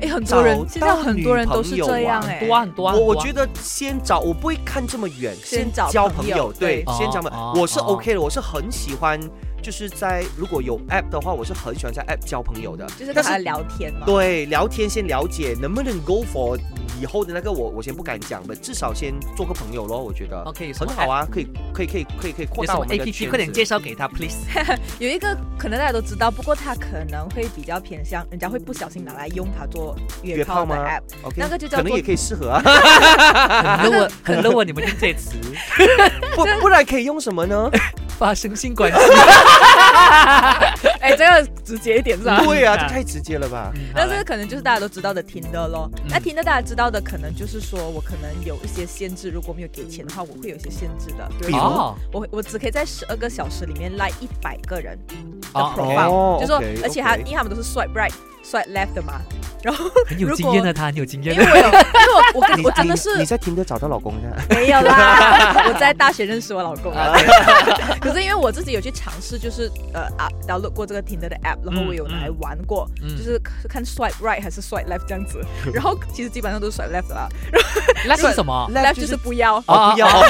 S4: 哎很多人
S5: 找
S4: 现在
S5: 到
S4: 很多
S5: 女
S4: 人都是
S5: 朋友
S4: 这样
S5: 啊
S4: 哎、
S3: 多啊很多啊，
S5: 我我
S3: 得。
S5: 觉得先找，我不会看这么远，
S4: 先找
S5: 交
S4: 朋
S5: 朋
S4: 友
S5: 友，对，
S3: 对
S5: 先找朋
S3: 哦
S5: 友。我是
S3: 哦
S5: OK 的，我是很喜欢，就是在如果有 app 的话，我是很喜欢在 app 交朋友的，
S4: 哎就是跟
S5: 但
S4: 他聊天嘛。
S5: 对，聊天先了解能不能 go for 以后的那个我，我先不敢讲吧，至少先做个朋友咯，我觉得
S3: OK，
S5: 很好啊，可以可以可以可以可以扩
S3: 有
S5: 大
S3: 什
S5: 我
S3: 么
S5: 们的
S3: APP？
S5: 圈
S3: 快点
S5: 子
S3: 介绍给他，please。
S4: 有一个可能大家都知道，不过他可能会比较偏向，人家会不小心拿来用它做约
S5: 约
S4: 炮
S5: 炮
S4: 的
S5: 吗
S4: app。
S5: ，OK，
S4: 那个就叫
S5: 可能
S4: 做
S5: 也可以适合啊，
S3: 很 low，啊很 low，啊你们用这词，
S5: 不不然可以用什么呢？
S3: 发生性 关系。
S4: 哎，这个直接一点是吧？
S5: 对啊，
S3: 嗯
S5: 这太直接了吧？
S3: 嗯好
S4: 但
S3: 嘞
S4: 是可能就是大家都知道的 Tinder 咯。
S5: 嗯
S4: 那 Tinder 大家知道的，可能就是说我可能有一些限制，如果没有给钱的话，我会有一些限制的。比
S5: 比如
S3: 哦
S4: 我我只可以在十二个小时里面 like 一百个人的
S3: 哦
S4: profile，、
S5: 哦
S4: 就说
S5: OK，
S4: 而且他
S5: OK
S4: 因为他们都是 swipe right、swipe left 的嘛，然后
S3: 很有
S4: 如
S3: 经
S4: 果
S3: 验的他，很有经
S4: 因
S3: 验
S4: 为
S3: 的。
S4: 我有，因为我我跟
S5: 你
S4: 我真的
S5: 你
S4: 是
S5: 你在听着找到老公呢？
S4: 没有 啦，我在大学认识我老公啊。 可是因为我自己有去尝试，就是呃啊 download 过这个 Tinder 的 app，然后
S3: 嗯
S4: 我有拿来玩过，
S3: 嗯
S4: 就是看 swipe right 还是 swipe left 这样 子。然后其实基本上都是 swipe left 啦
S3: 那是什么？
S4: ，left 就是不要。
S5: 哦，不要哦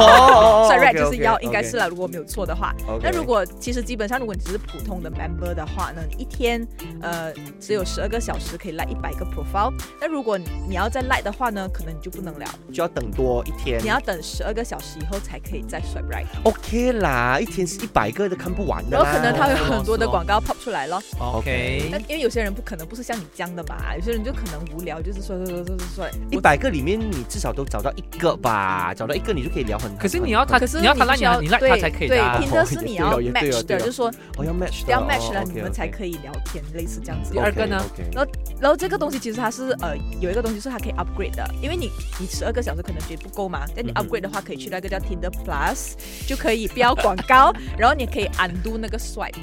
S5: 哦
S4: swipe right
S5: OK，OK，
S4: 就是要
S5: OK
S4: 应该是啦，如果没有错的话。
S5: OK
S4: 那如果其实基本上，如果你只是普通的 member 的话呢，你一天呃只有十二个小时可以 like 一百个 profile。那如果你要再 like 的话呢，可能你就不能了，
S5: 就要等多一天
S4: 你。要等十二个小时以后才可以再 swipe right。
S5: OK 啦，一天是一百个都看不完的
S4: 然
S5: 啦。
S4: 后可能它会
S3: 是
S4: 有
S3: 咯
S4: 很多的
S3: 是咯
S4: 广告 pop 出来咯。
S5: 哦
S3: OK，
S4: 那因为有些人不可能不是像你这样的嘛，有些人就可能无聊，就是说说说说说说。
S5: 一百个里面，你至少都找到一个吧，找到一个你就可以聊很。
S3: 可是你要
S5: 很
S3: 他，
S4: 可是
S3: 你要他
S4: 你
S3: 让
S4: 需
S3: 你
S4: 要
S3: 你 like
S4: 对
S3: 他才可以
S4: 对
S3: 的啊。
S4: 听的是你要
S5: 哦也对哦
S4: match
S5: 也对
S4: 的，
S5: 哦
S4: 就是说
S5: 哦要 match 的
S4: 要
S5: 哦
S4: match 了，
S5: OK，
S4: 你们才
S5: OK
S4: 可以聊天，类似这样子
S3: 第。二个呢
S5: OK，OK
S4: 然后这个东东西其实它是呃有一个东西是它可以 upgrade 的，因为你你十二个小时可能觉得不够嘛，但你
S3: 嗯哼
S4: upgrade 的话可以去那个叫 Tinder Plus，就可以标广告，然后你可以 undo 那个 swipe，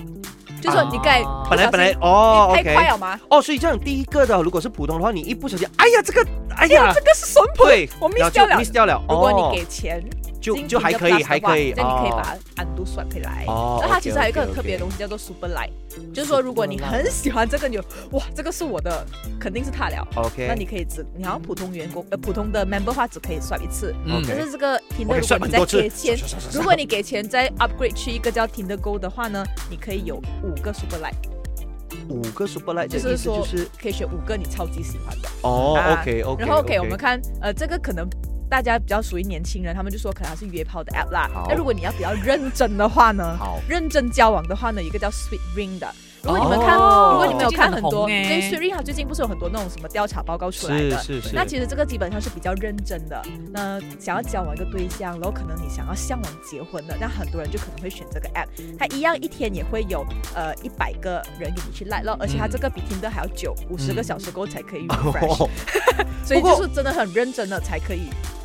S4: 就说你该
S3: 啊
S5: 本来本来哦
S4: 太快
S5: ，OK，
S4: 了吗？
S5: 哦，所以这样第一个的，如果是普通的话，你一不小心，哎呀，这个，哎
S4: 哎呀，
S5: 呀
S4: 这，个是什么？
S5: 对，
S4: 我 miss
S5: 然后
S4: 掉了
S5: 就 miss 掉了。
S4: 如果
S5: 哦
S4: 你给钱，
S5: 就
S4: 进
S5: 就还
S4: Tinder
S5: 可以
S4: Plus
S5: 还
S4: 的话
S5: 可以，
S4: 这样你可以
S5: 哦
S4: 把它 undo swipe 回来。
S5: 哦，
S4: 那它其实还有一个很特别的
S5: 东
S4: 东西叫做 Super Light，就是说如果你
S5: Super Light
S4: 很喜欢这个，你就哇，这个是我的，肯定是它了。
S5: 西。OK，哦
S4: 那你可以只，你好像普通员
S5: 嗯
S4: 工呃普通的 member 话只可以刷一次，
S3: 嗯
S5: OK
S4: 但是这个
S5: 我可以
S4: Tinder 如果
S5: 算
S4: 你
S5: 很
S4: 再
S5: 多次
S4: 给钱，如果你给钱再 upgrade 去一个叫 Tinder Go 的话呢，你可以有五个 super like，
S5: 五个 super light 的
S4: 就
S5: 意
S4: 是
S5: 思
S4: 说
S5: 就是
S4: 可以选五个你超级喜欢的。
S5: 哦
S4: 啊
S5: ，OK OK。
S4: 然后给我们看，呃，这个可能。大家比较属于年轻人，他们就说可能它是约炮的 app 啦
S5: 好。
S4: 那如果你要比较认真的话呢，
S5: 好，
S4: 认真交往的话呢，有一个叫 Sweet Ring 的。如果你们看，
S3: 哦
S4: 如果你们有看很多，
S3: 最近很红
S4: 对
S3: 欸
S4: Sweet Ring 它最近不是有很多那种什么调查报告出来
S5: 是
S4: 的。
S5: 是是。
S4: 那其实这个基本上是比较认真的，那想要交往一个对象，然后可能你想要向往结婚的，那很多人就可能会选这个 app，它一样一天也会有呃一百个人给你去 like，咯而且它这个比 Tinder 还要久，五十个小时过后才可以 refresh，、
S5: 哦
S4: 所以
S5: 不过
S4: 就是真的很认真的才可以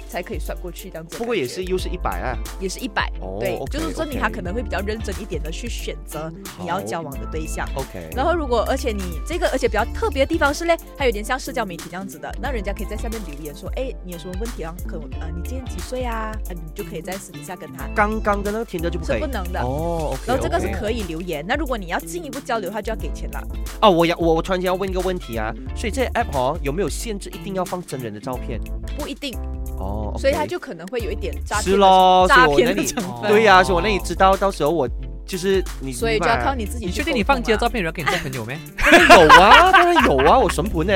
S4: 才可以算过去这样子的感觉。
S5: 不过也是又是一百啊，
S4: 也是一百、
S5: 哦
S4: 对
S5: OK，
S4: 就是说明
S5: OK
S4: 他可能会比较认真一点的去选择你要交往的对象。
S5: OK。
S4: 然后，如果而且你这个，而且比较特别的地方是嘞，它有点像社交媒体这样子的，那人家可以在下面留言说，哎，你有什么问题啊？可能呃，你今年几岁啊？啊，你就可以在私底下跟他
S5: 刚刚的那个听的就不可
S4: 是
S5: 以
S4: 不能的。
S5: 哦，OK。
S4: 然后这个是
S5: OK
S4: 可以留言，那如果你要进一步交流的话，就要给钱了。
S5: 哦，我要我我突然间要问一个问题啊，所以这 app 哦有没有限制一定要放真人的照片？
S4: 不一定，
S5: 哦，OK，
S4: 所以它就可能会有一点诈
S5: 是
S4: 骗的，
S5: 咯，所以
S4: 诈
S5: 我那
S4: 骗的
S5: 里
S4: 成分。
S5: 对呀，
S3: 哦
S5: 所以我那里知道，到时候我就是你，
S4: 所以就要靠你自己
S3: 你确
S4: 去沟通啊。
S3: 定你放街的照片，然后给你做朋友没？
S5: 你有啊，当然有啊，我神婆呢。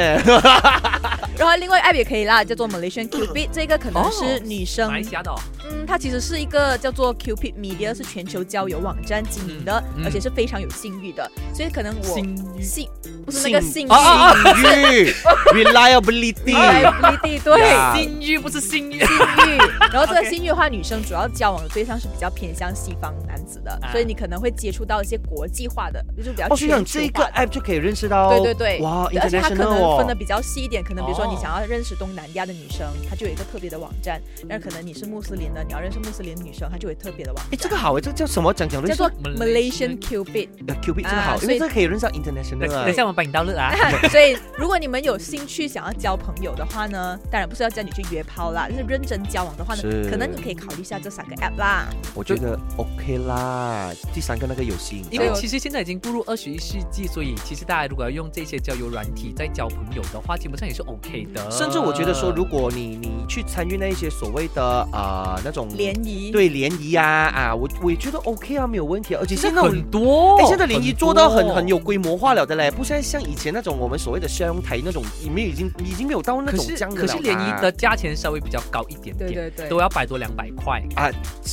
S4: 然后另外 app 也可以啦，叫做 Malaysian Cupid，这个可能是
S3: 哦
S4: 女生
S3: 马来西亚的哦，
S4: 嗯，它其实是一个叫做 Cupid Media，是全球交友网站经营的，
S3: 嗯嗯
S4: 而且是非常有信誉的，所以可能我
S3: 新
S4: 信不是那个信誉。
S5: 信啊誉 reliability，
S4: Reliability 对
S5: 呀
S3: 新欲不是新欲，
S4: 信 誉，然后这
S3: OK
S4: 个信誉的话，女生主要交往的对象是比较偏向西方男子的，所以你可能会接触到一些国际化的，就是比较
S5: 啊哦，所以
S4: 全
S5: 讲
S4: 球
S5: 这个
S4: 化的。
S5: app 就可以认识到，
S4: 对对对，
S5: 哇
S4: 对而且它可
S5: ，international
S4: 能分的
S5: 哦，
S4: 比较细一点，可能比如说
S3: 哦
S4: 你想要认识东南亚的女生，它就有一个特别的网站；那可能你是穆斯林的，你要认识穆斯林女生，它就有特别的网
S5: 哎，
S4: 站，
S5: 这个好哎，这个叫什么？讲讲认
S4: 叫
S5: 识
S4: 做
S3: Malaysian
S4: Malaysian Cupid。
S5: 呃 Cupid 这个
S4: 啊
S5: 好，因
S4: 所
S5: 为
S4: 以
S5: 这个可以认识到
S3: 等
S5: international 啊
S3: 等一。下我们帮你到 乐啊。
S4: 所以，如果你们有兴趣想要交朋友的话呢，当然不是要叫你去约炮啦，就是认真交往的话呢
S5: 是，
S4: 可能你可以考虑一下这三个 app 啦。
S5: 我觉得 OK 啦，第三个那个有吸引到，
S3: 因为其实现在已经步入二十一世纪，所以其实大家如果要用这些交友软体在交朋友的话，基本上也是 OK 的。
S5: 甚至我觉得说，如果你你去参与那一些所谓的啊、呃那种
S4: 联谊，
S5: 对联谊呀啊，我我也觉得 OK 啊，没有问题啊，而且
S3: 现
S5: 现
S3: 在
S5: 在我。
S3: 很多，
S5: 哎，现在联谊做到很很
S3: 有。
S5: 有规模化了的嘞，不像像以前那种我们所谓的香台那种，里面已经已经没有到那
S3: 可
S5: 种
S3: 是
S5: 这样的
S3: 可
S5: 了啦。啊
S3: 是联谊的价钱稍微比较高一点
S4: 对
S3: 点，
S4: 对对。
S3: 都要百多两百块。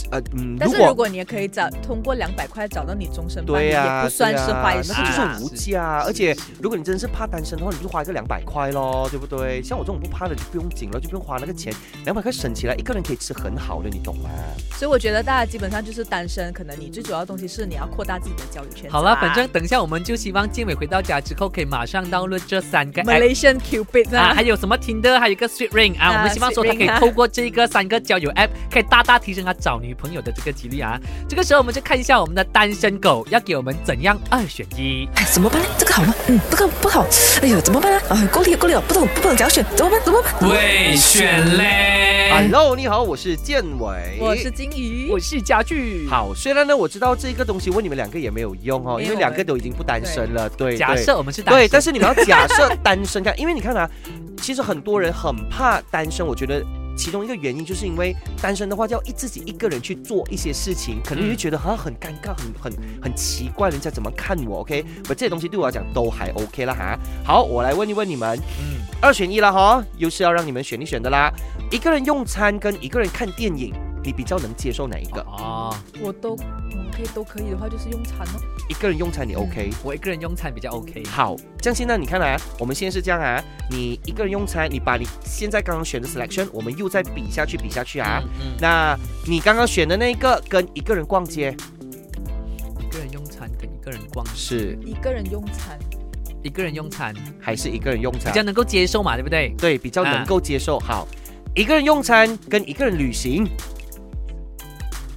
S5: 呃嗯，
S4: 但
S5: 如
S4: 是如
S5: 果
S4: 果你也可以找通过两百块找到你终身伴侣，
S5: 对呀、
S4: 也不算
S5: 对
S4: 是
S5: 呀
S4: 坏事
S5: 那
S4: 啦。
S5: 个就是无价啊。
S3: 是
S5: 而且
S3: 是
S5: 如果你真的是怕单身的话，你就花一个两百块咯，对不对？像我这种不怕的就不用紧了，就不用花那个钱，两百块省起来，一个人可以吃很好的，你懂吗？
S4: 所以我觉得大家基本上就是单身，可能你最主要的东西是你要扩大自己的交友圈子啦。啊
S3: 好了，反正等一下我们就希望建伟回到家之后可以马上到了这三个 app
S4: Malaysian Cupid
S3: 啊，
S4: 啊
S3: 还，有什么 Tinder，还有一个 Sweet Ring 啊，
S4: 啊
S3: 我们希望说
S4: Sweet
S3: 他可以
S4: Ring 啊
S3: 透过这个三个交友 App，可以大大提升他找女朋友的这个几率啊。这个时候我们就看一下我们的单身狗要给我们怎样二选一。
S6: 哎，怎么办呢？这个好吗？嗯，这个不好。哎呦，怎么办呢？啊，够力够力了，不懂不懂怎样选，怎么办？怎么办？
S3: 会选嘞
S5: Hello，你好，我是建伟，
S4: 我是金鱼，
S3: 啊我是家具。，
S5: 好。虽然呢，我知道这个东西问你们两个也没有用哦，
S4: 没有
S5: 因为两个都已经不单身了，对，
S3: 假
S5: 对
S3: 设我们是单
S5: 对，
S3: 身
S5: 但是你们要假设单身看，因为你看啊，其实很多人很怕单身，我觉得。其中一个原因就是因为单身的话，就要一自己一个人去做一些事情，可能你会觉得好像很尴尬、很很很奇怪，人家怎么看我？OK，我
S3: 嗯
S5: 这些东西对我来讲都还 OK 啦哈。好，我来问一问你们，
S3: 嗯，
S5: 二选一啦哈，又是要让你们选一选的啦。一个人用餐跟一个人看电影，你比较能接受哪一个？
S3: 哦，
S4: 我都嗯可以都可以的话，就是用餐哦。
S5: 一个人用餐你 OK，、
S3: 我一个人用餐比较 OK。
S5: 好，这样现在你看啊，我们现在是这样啊，你一个人用餐，你把你现在刚刚选的 selection，我们又再比下去，比下去啊。
S3: 嗯，
S5: 那你刚刚选的那一个跟一个人逛街
S3: 嗯一个人用餐跟一个人逛，
S5: 是
S4: 一个人用餐，
S3: 一个人用餐，
S5: 还是一个人用
S3: 比
S5: 餐
S3: 较？啊能够接受嘛，对不对？
S5: 对，比较能够接受。好，一个人用餐跟一个人旅行，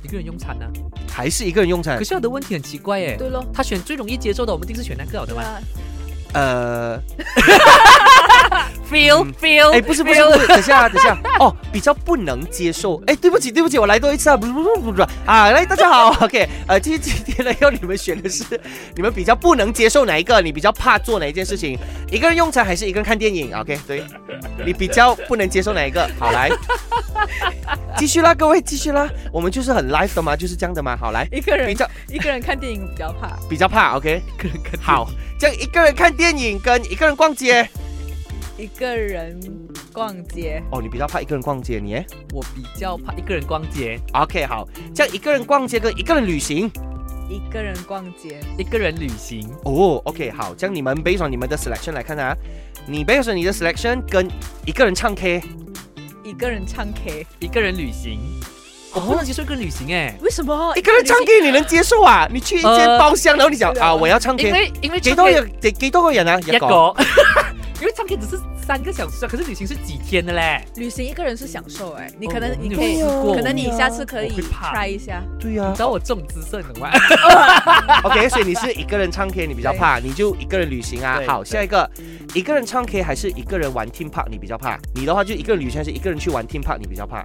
S3: 一个人用餐呢、啊
S5: 还是一个人用餐
S3: 可？是他的问题很奇怪耶，
S4: 对啊咯，
S3: 他选最容易接受的，我们一定是选那个好的嘛。
S5: 呃，
S3: Feel
S5: 嗯
S3: feel，
S5: 哎，不是不是，不是等一下等一下，哦，比较不能接受。哎，对不起对不起，我来多一次啊！不不不不不啊！来，大家好 ，OK，呃，今今天呢要你们选的是你们比较不能接受哪一个，你比较怕做哪一件事情？一个人用餐还是一个人看电影？OK，对，你比较不能接受哪一个？好，来，继续啦，各位继续啦，我们就是很 live 的嘛，就是这样的嘛。好，来，
S4: 一个
S5: 比
S4: 人
S5: 较
S4: 一个人看电影比较怕，
S5: 比较怕，OK。
S3: 一个人看电影
S5: 好，这样一个人看电影跟一个人逛街，
S4: 一个人逛街，
S5: 哦，你比较怕一个人逛街，你耶
S3: 我比较怕一个人逛街，
S5: ？OK，好，这样一个人逛街跟一个人旅行，
S4: 一个人逛街，
S3: 一个人旅行，
S5: 哦，OK，好，这样你们 based on 你们的 selection 来看啊，你 based on 你的 selection 跟一个人唱 K，
S4: 一个人唱 K，
S3: 一个人旅行，
S4: 哦
S3: 我不能接受一个人旅行哎，
S4: 为什么
S5: 一个人唱 K 你能接受啊？你去一间
S3: 呃
S5: 包厢，然后你讲
S4: 对啊
S5: 啊，我要唱
S3: 因
S5: K，
S3: 为因为
S5: 几
S3: 唱
S5: 多
S3: K
S5: 人？几几多个人啊？
S3: 一
S5: 一個
S3: 个， 因为唱 K 只是三个小时啊，可是旅行是几天的嘞？
S4: 旅行一个人是享受哎、你
S3: 哦
S4: 可能
S3: 我
S4: 你
S3: 有
S4: 可以
S3: 试，过
S4: 可能你下次可以
S3: 我会怕
S4: try 一下，
S5: 对呀、
S3: 你知道我这种姿色，你懂吗？
S5: OK，所以你是一个人唱 K 你比较怕，你就一个人旅行啊。
S3: 对
S5: 好，
S3: 对
S5: 下一个，一个人唱 K 还是一个人玩 team park 你比较怕？你的话就一个人旅行还是一个人去玩 team park 你比较怕？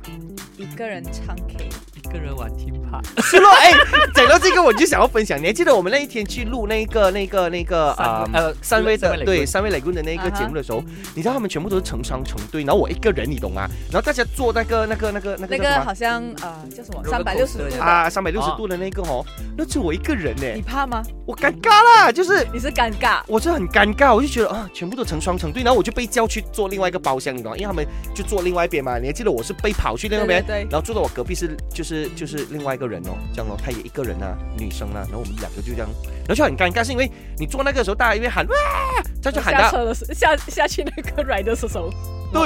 S4: 一个人唱 K，
S3: 一个人玩 Team Park
S5: 是咯，哎，讲到这个我就想要分享，你还记得我们那一天去录那个那个那个
S4: 啊
S3: 三位
S5: 呃
S3: 呃
S5: 三位
S3: 三
S5: 的
S3: 位雷
S5: 对
S3: 军
S5: 三位雷军的那个节目的时候，你知道他们全部都是成双成对，然后我一个人你懂吗？然后大家做那个那个那个那个
S4: 那
S5: 叫什
S4: 个
S5: 么
S4: 好像呃叫什么
S3: Roller
S4: 三百六十
S3: coaster
S4: 度
S3: 这
S4: 的
S3: 样
S5: 啊三百六十度的那个哦，那只有我一个人呢，
S4: 你怕吗？
S5: 我尴尬啦，就是。
S4: 你是尴尬，
S5: 我就很尴尬，我就觉得啊，全部都成双成对，然后我就被叫去做另外一个包厢，你懂吗？因为他们就坐另外一边嘛。你还记得我是被跑去另外一边，
S4: 对对对
S5: 然后坐到我隔壁是就是就是另外一个人哦，这样咯，她也一个人啊，女生啊，然后我们两个就这样，然后就很尴尬，是因为哎你坐那个时候大家因为喊哇，他就喊
S4: 下
S5: 到，哎
S4: 车的时候下下去那个 ride 的时候，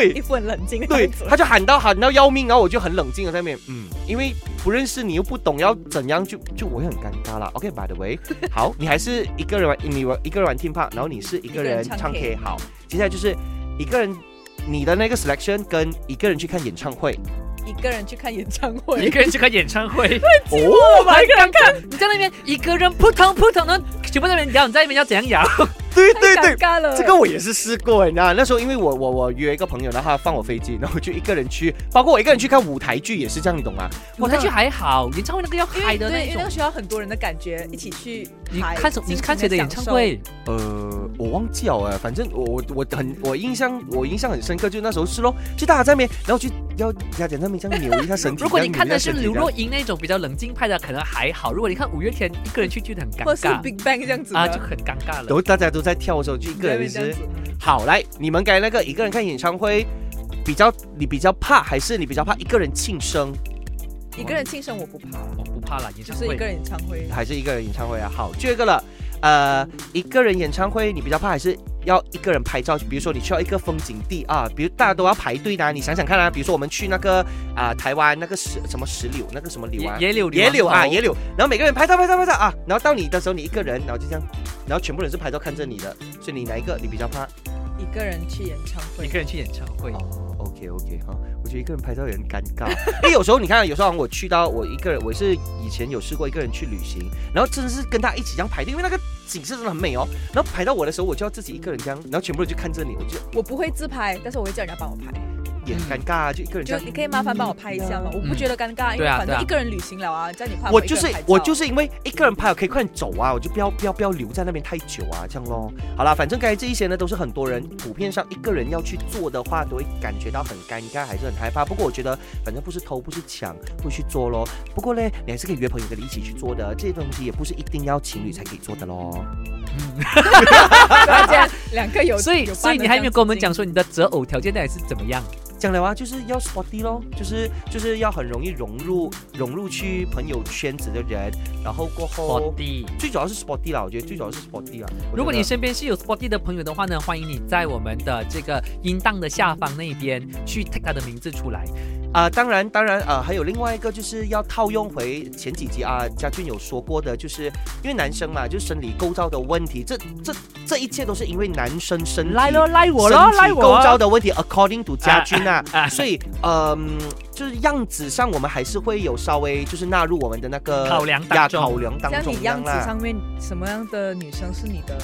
S4: 一
S5: 对
S4: 副很冷静的
S5: 对
S4: 样子，
S5: 他就喊到喊到要命，然后我就很冷静的在那边，嗯，因为不认识你又不懂要怎样，就就我也很尴尬啦。OK，by、the way，好，你还是一个人玩，你玩一个人玩 team park，然后你是一个人
S4: 一个人
S5: 唱
S4: 唱 K
S5: K，好，接下来就是一个人。你的那个 selection 跟一个人去看演唱会，
S4: 一个人去看演 唱
S3: 一
S4: 会，
S3: 个人去看演唱会，
S5: 哦，
S3: 我一个人看，你在那边一个人扑腾扑腾的，全部在那边摇，你在那边要怎样摇？
S5: 对
S4: 太
S5: 对对
S4: 尴，尬了。
S5: 这个我也是试过，你知道，那时候因为我我我约一个朋友，然后他放我飞机，然后我就一个人去，包括我一个人去看舞台剧也是这样，你懂吗？
S3: 我那句还好，演唱会那个要
S4: 因
S3: 嗨
S4: 为
S3: 的
S4: 对，
S3: 那
S4: 因为那
S3: 种
S4: 个。学校很多人的感觉，一起去
S3: 你
S4: 嗨
S3: 看什你看谁的演唱？会？
S5: 呃，我忘记了哎，反正我我我很我印象我印象很深刻，就那时候是咯，就大家在那边，然后就要加减那边这样扭一下身 体。
S3: 如果你
S5: 这样
S3: 看的
S5: 扭一
S3: 是
S5: 下身体
S3: 刘
S5: 这样
S3: 若英那种比较冷静派的，可能还好；如果你看五月天一个人去，就很尴
S4: 尽情地享受或是
S3: 尬
S4: Big Bang 这样子的
S3: 啊，就很尴尬
S5: 然
S3: 了。
S5: 后大家都在跳的时候，就一个人
S4: 这样
S5: 是
S4: 子
S5: 好来，你们该那个一个人看演唱会，比较你比较怕还是你比较怕一个人庆生，
S4: 一个人庆生我不怕，
S3: 我不怕啦，演
S4: 就
S3: 唱
S4: 是一
S3: 会
S4: 个人演唱会。
S5: 还是一个人演唱会啊？好，第二个了，呃，一个人演唱会你比较怕还是要一个人拍照？比如说你去到一个风景地啊，比如大家都要排队呢、你想想看啊，比如说我们去那个啊、台湾那个石什么石榴那个什么
S3: 野
S5: 柳啊，
S3: 野柳
S5: 野柳啊，野
S3: 柳
S5: 柳，然后每个人拍照拍照拍照啊，然后到你的时候你一个人，然后就这样，然后全部人是拍照看着你的，所以你哪一个你比较怕？
S4: 一个人去演唱
S3: 一
S4: 会，
S3: 个人去演唱会，
S5: 哦，OK OK 哈，我觉得一个人拍照也很尴尬，因为有时候你看，啊有时候我去到我一个人，我是以前有试过一个人去旅行，然后真的是跟他一起这样排队，因为那个景色真的很美哦。然后排到我的时候，我就要自己一个人这样，然后全部人就看着你，我就
S4: 我不会自拍，但是我会叫人家帮我拍。
S5: 也很尴尬啊，就一个人这
S4: 就
S5: 样。
S4: 你可以麻烦帮我拍一下吗？我不觉得尴尬，因
S3: 对
S4: 为
S3: 啊嗯
S4: 反
S3: 对
S4: 正
S3: 啊
S4: 一个人旅行了啊，叫你拍。
S5: 我就是我就是是因为一个人拍，我可以快点走啊，我就不要不要不要留在那边太久啊，这样咯。好啦，反正刚才这一些呢，都是很多人普遍上一个人要去做的话，都会感觉到很尴尬，还是很害怕。不过我觉得，反正不是偷不是抢，会去做咯。不过呢，你还是可以约朋友跟你一起去做的，这些东西也不是一定要情侣才可以做的咯。
S4: 大家两个有，
S3: 所以
S4: 有
S3: 所以
S4: 伴的
S3: 你还没有跟我们
S4: 这
S3: 讲
S4: 样子
S3: 说你的择偶条件到底是怎么样？
S5: 讲了啊，就是要 sporty 咯，就是就是要很容易融入融入去朋友圈子的人，然后过后。
S3: Sporty
S5: 最主要是 sporty 啦，我觉得最主要是 sporty 啦。哦我觉
S3: 如果
S5: 得
S3: 你身边是有 Sporty 的朋友的话呢，欢迎你在我们的这个音档的下方那边去 take 他的名字出来。
S5: 啊、当然，当然，呃，还有另外一个就是要套用回前几集啊，家俊有说过的，就是因为男生嘛，就是生理构造的问题，这这这一切都是因为男生生
S3: 来
S5: 了。
S4: 嗯
S3: 咯，赖我咯，
S5: 身
S3: 赖
S5: 体构
S3: 我
S5: 造
S3: 咯。
S5: 的问题，according to 家军啊，
S3: 啊啊
S5: 所以嗯，就是样子上我们还是会有稍微就是纳入我们的那个
S3: 考量当
S5: 呀
S3: 中
S5: 考量当
S4: 像
S5: 中
S4: 你样子
S5: 啦。
S4: 上面什么样的女生是你的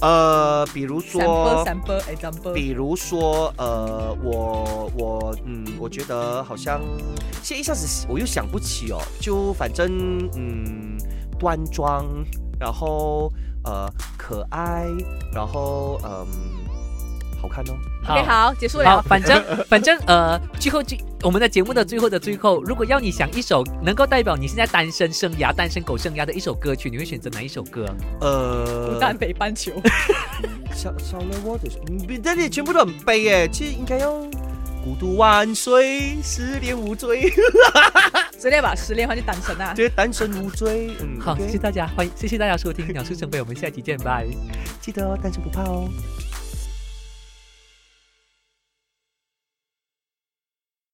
S5: 呃，比如
S4: sample
S5: 说。
S4: sample example？
S5: 比如说，呃，我我嗯，我觉得好像现在一下子我又想不起哦，就反正嗯，端庄，然后呃可爱，然后嗯、好看哦。
S4: OK，好，结束
S3: 好，
S4: 了。
S3: 反正 反正呃，最后最我们的节目的最后的最后，如果要你想一首能够代表你现在单身生涯、单身狗生涯的一首歌曲，你会选择哪一首歌？
S5: 呃，
S4: 南北半球，
S5: 少少了我的，嗯，但是全部都很悲耶，其实应该要孤独万岁，失恋无 罪，
S4: 失恋吧，失恋的话就单身啊。
S5: 对，单身无罪。嗯，
S3: 好，
S5: OK
S3: 谢谢大家，欢迎谢谢大家收听《鸟事生非》，我们下期见，拜。
S5: 记得哦，单身不怕哦。